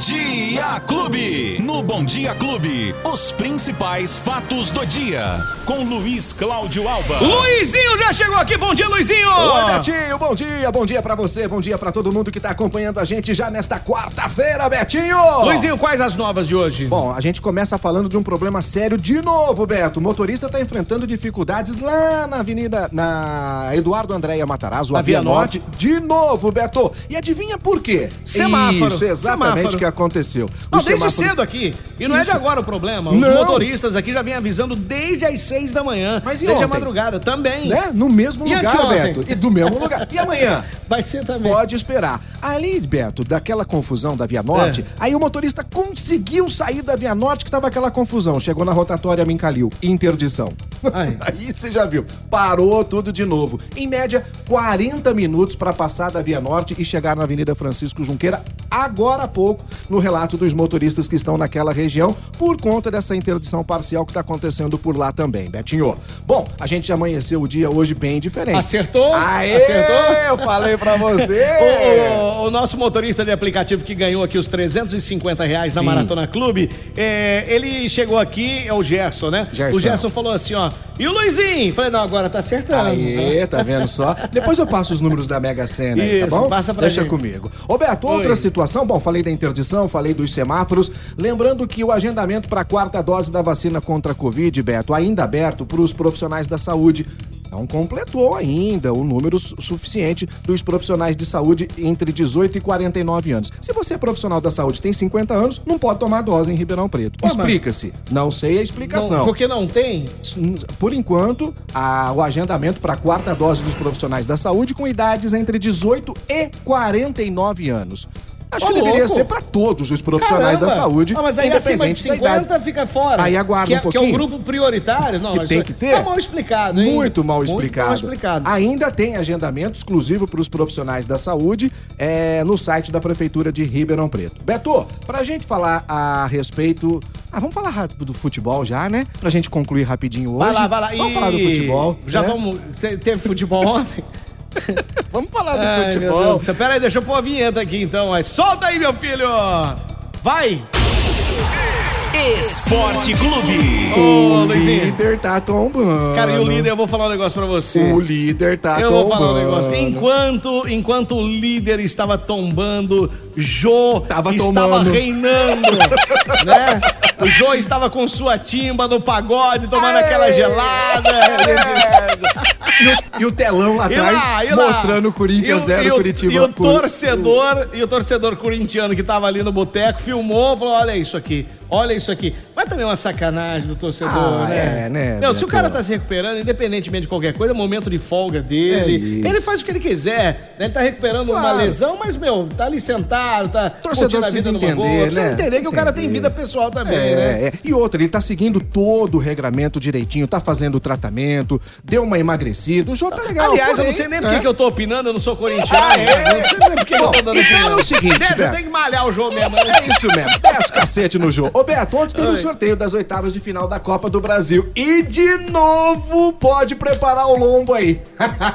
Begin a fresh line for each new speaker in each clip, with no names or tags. Dia Clube. No Bom Dia Clube, os principais fatos do dia. Com Luiz Cláudio Alba.
Luizinho já chegou aqui, bom dia, Luizinho!
Oi, Betinho, bom dia, bom dia pra você, bom dia pra todo mundo que tá acompanhando a gente já nesta quarta-feira, Betinho!
Luizinho, quais as novas de hoje?
Bom, a gente começa falando de um problema sério de novo, Beto. O motorista tá enfrentando dificuldades lá na Avenida na Eduardo Andréia Matarazzo, a Via Norte. De novo, Beto. E adivinha por quê?
Semáforo.
Isso, exatamente
Semáforo.
o que aconteceu.
Não,
O
desde
semáforo-
cedo aqui. E não é de
Isso.
agora o problema. Os
Não.
motoristas aqui já vêm avisando desde as seis da manhã.
Mas e
desde a
ontem?
madrugada também.
Né? No mesmo
E
lugar,
anteontem?
Beto. E do mesmo lugar. E amanhã?
Vai ser também.
Pode esperar. Ali, Beto, daquela confusão da Via Norte,
É.
aí o motorista conseguiu sair da Via Norte que tava aquela confusão. Chegou na rotatória Mincalil. Interdição.
Ai.
Aí você já viu. Parou tudo de novo. Em média, 40 minutos para passar da Via Norte e chegar na Avenida Francisco Junqueira agora há pouco, no relato dos motoristas que estão naquela região, por conta dessa interdição parcial que tá acontecendo por lá também, Betinho. Bom, a gente amanheceu o dia hoje bem diferente.
Acertou?
Aê,
Acertou?
Eu falei pra você!
O, o- o nosso motorista de aplicativo que ganhou aqui os 350 reais na
Sim.
Maratona Clube, é, ele chegou aqui, é o Gerson, né?
Gerson.
O Gerson falou assim, ó, e o Luizinho? Falei, não, agora tá acertando.
Aê, tá vendo só? Depois eu passo os números da Mega Sena aí,
Isso,
tá bom?
passa pra
Deixa
gente.
comigo. Roberto, outra
Oi.
situação, bom, falei da interdição, falei dos semáforos, lembrando que o agendamento para a quarta dose da vacina contra a Covid, Beto, ainda aberto para os profissionais da saúde. Não completou ainda o número su- suficiente dos profissionais de saúde entre 18 e 49 anos. Se você é profissional da saúde e tem 50 anos, não pode tomar dose em Ribeirão Preto.
mas-
Explica-se. Não sei a
Não,
explicação.
porque não tem?
Por enquanto, a- o agendamento para a quarta dose dos profissionais da saúde com idades entre 18 e 49 anos. Acho
Ô,
que deveria
louco.
ser para todos os profissionais da
Caramba!
saúde,
Ah, mas aí acima de
independente da idade.
50 fica fora.
Aí aguarda
que, é-
um
Que é um
pouquinho.
grupo prioritário. Não,
Que
isso
tem
aí
que ter.
Tá mal explicado, hein?
Muito mal explicado. Ah,
Muito mal explicado.
Ainda tem agendamento exclusivo para os profissionais da saúde é, no site da Prefeitura de Ribeirão Preto. Beto, pra gente falar a respeito. Ah, vamos falar rápido do futebol já, né? Pra gente concluir rapidinho hoje.
Vai lá, vai lá.
Vamos
E-
falar do futebol.
Já
né?
vamos... Te- Teve futebol ontem?
Vamos falar do
Ai, meu
futebol.
Deus do céu. Pera aí, deixa eu pôr a vinheta aqui então. Mas solta aí, meu filho! Vai!
Esporte Clube.
Ô, Luizinho.
líder tá tombando.
Cara, e o líder, eu vou falar um negócio pra você.
O líder tá
Eu
tombando.
vou falar um negócio. Enquanto, enquanto o líder estava tombando, Jô
Tava
estava
tomando.
reinando, né? O Jô estava com sua timba no pagode, tomando
Aê!
aquela gelada.
É. E o, e o telão lá
E
atrás
lá, e lá.
mostrando o Corinthians
E o-
0,
e o-
Curitiba
E o
por-
torcedor, e o torcedor corintiano que tava ali no boteco filmou, falou: olha isso aqui, olha isso aqui. Mas também é uma sacanagem do torcedor,
Ah,
né?
é, né,
Não, se o
Beto?
cara tá se recuperando, independentemente de qualquer coisa, é momento de folga
É
dele.
isso.
ele faz o que ele quiser. né? Ele tá recuperando uma
Claro.
lesão, mas, meu, tá ali sentado, tá
Torcedor
curtindo a vida
precisa
numa boa.
entender,
Precisa
né?
entender que o cara tem
Entender.
vida pessoal também,
É,
né?
é. E outra, ele tá seguindo todo o regramento direitinho, tá fazendo o tratamento, deu uma emagrecida. O jogo tá legal.
Aliás, eu
porém,
não sei nem
né?
por que que eu tô opinando, eu não sou corintiano.
Ah, é?
Não sei nem por que que eu tô
Bom,
tá dando
então
opinião.
é o seguinte,
Deixa, eu
Beto.
tenho que malhar o jogo mesmo. né?
É isso mesmo. Desce o cacete no jogo. Ô, Beto, ontem teve o
Oi.
sorteio das oitavas de final da Copa do Brasil. E de novo pode preparar o lombo aí.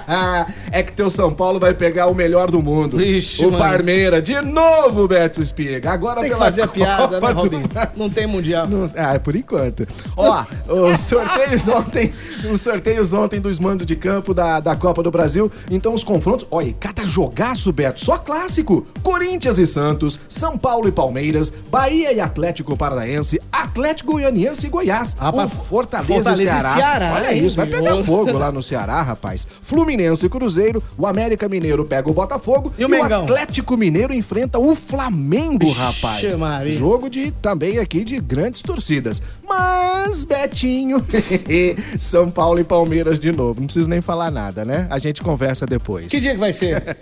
é que teu São Paulo vai pegar o melhor do mundo.
Ixi,
o
mano.
Parmeira. De novo, Beto Espiga. Agora
Tem que
pela
fazer a
Copa
piada, né,
do
Robinho?
Brasil.
Não tem mundial.
Não- ah, é por enquanto. Ó, os sorteios ontem, os sorteios ontem dos mandos de campo da, da Copa do Brasil. Então os confrontos, olha, e cada jogaço, Beto, só clássico. Corinthians e Santos, São Paulo e Palmeiras, Bahia e Atlético Paranaense, Atlético Goianiense e Goiás.
Rapaz,
o Fortaleza,
Fortaleza e
e Ceará.
Ceará,
olha
hein,
isso, vai
meu?
pegar fogo lá no Ceará, rapaz. Fluminense e Cruzeiro, o América Mineiro pega o Botafogo
E o Mengão?
Atlético Mineiro enfrenta o Flamengo,
Vixe,
rapaz.
Maria.
Jogo de também aqui de grandes torcidas. Mas, Betinho, São Paulo e Palmeiras de novo. Não preciso nem falar nada, né? A gente conversa depois.
Que dia que vai ser?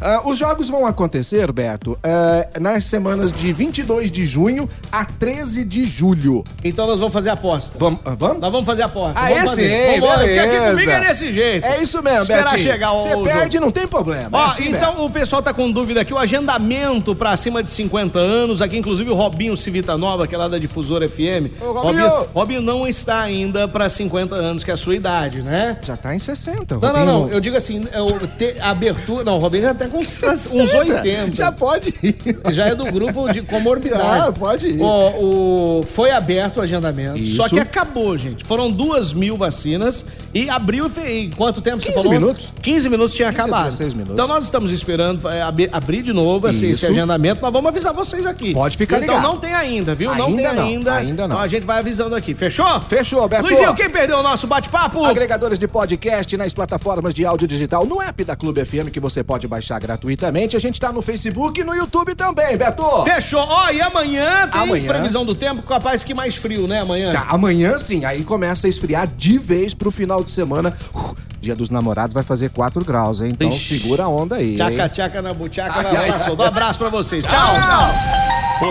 Ah, os jogos vão acontecer, Beto, ah, nas semanas de 22 de junho a 13 de julho.
Então nós vamos fazer a aposta.
Vamos? ah, vamos?
Nós vamos fazer a aposta.
Ah,
vamos
esse
fazer.
aí,
Vambora, porque aqui
beleza.
comigo é desse jeito.
É isso mesmo,
Esperar
Betinho.
chegar o-
Você
o
perde, não tem problema.
Ó,
É assim
então o pessoal tá com dúvida aqui, o agendamento pra acima de 50 anos, aqui inclusive o Robinho Civita Nova, que é lá da Difusora FM,
Ô,
Robinho,
Robinho!
Robinho não está ainda para 50 anos, que é a sua idade, né?
Já tá em 60.
Não, não,
Robinho.
não. Eu digo assim, é o te- a abertura. Não, o Robinho já tá com uns, uns 80.
Já
Já...
pode ir.
é do grupo de comorbidade.
Ah, pode ir.
O, o- foi aberto o agendamento. Só
Isso.
que acabou, gente. Foram duas mil vacinas e abriu e fe- em quanto tempo
15 minutos.
15 minutos tinha
15 a
acabado.
16 minutos.
Então nós estamos esperando é, abrir, abrir de novo esse, esse
Isso.
agendamento, mas vamos avisar vocês aqui.
Pode ficar
Então
ligado.
não tem ainda, viu? não
Ainda
tem
não,
ainda.
ainda não.
Então a gente vai avisando aqui. Fechou?
Fechou, Beto.
Luizinho, quem perdeu o nosso bate-papo?
Agregadores de podcast nas plataformas de áudio digital, no app da Clube FM que você pode baixar gratuitamente. A gente tá no Facebook e no YouTube também, Beto.
Fechou. Ó, e amanhã tem
Amanhã.
previsão do tempo, capaz que mais frio, né, amanhã?
Tá, amanhã sim, aí começa a esfriar de vez pro final de semana. Uh, dia dos namorados vai fazer 4 graus, hein? Então
Ixi.
segura a onda aí.
Tchaca,
hein?
tchaca na buchaca,
Ai,
vai lá,
ai,
vai
ai.
soltar. Um abraço pra vocês. Tchau, tchau.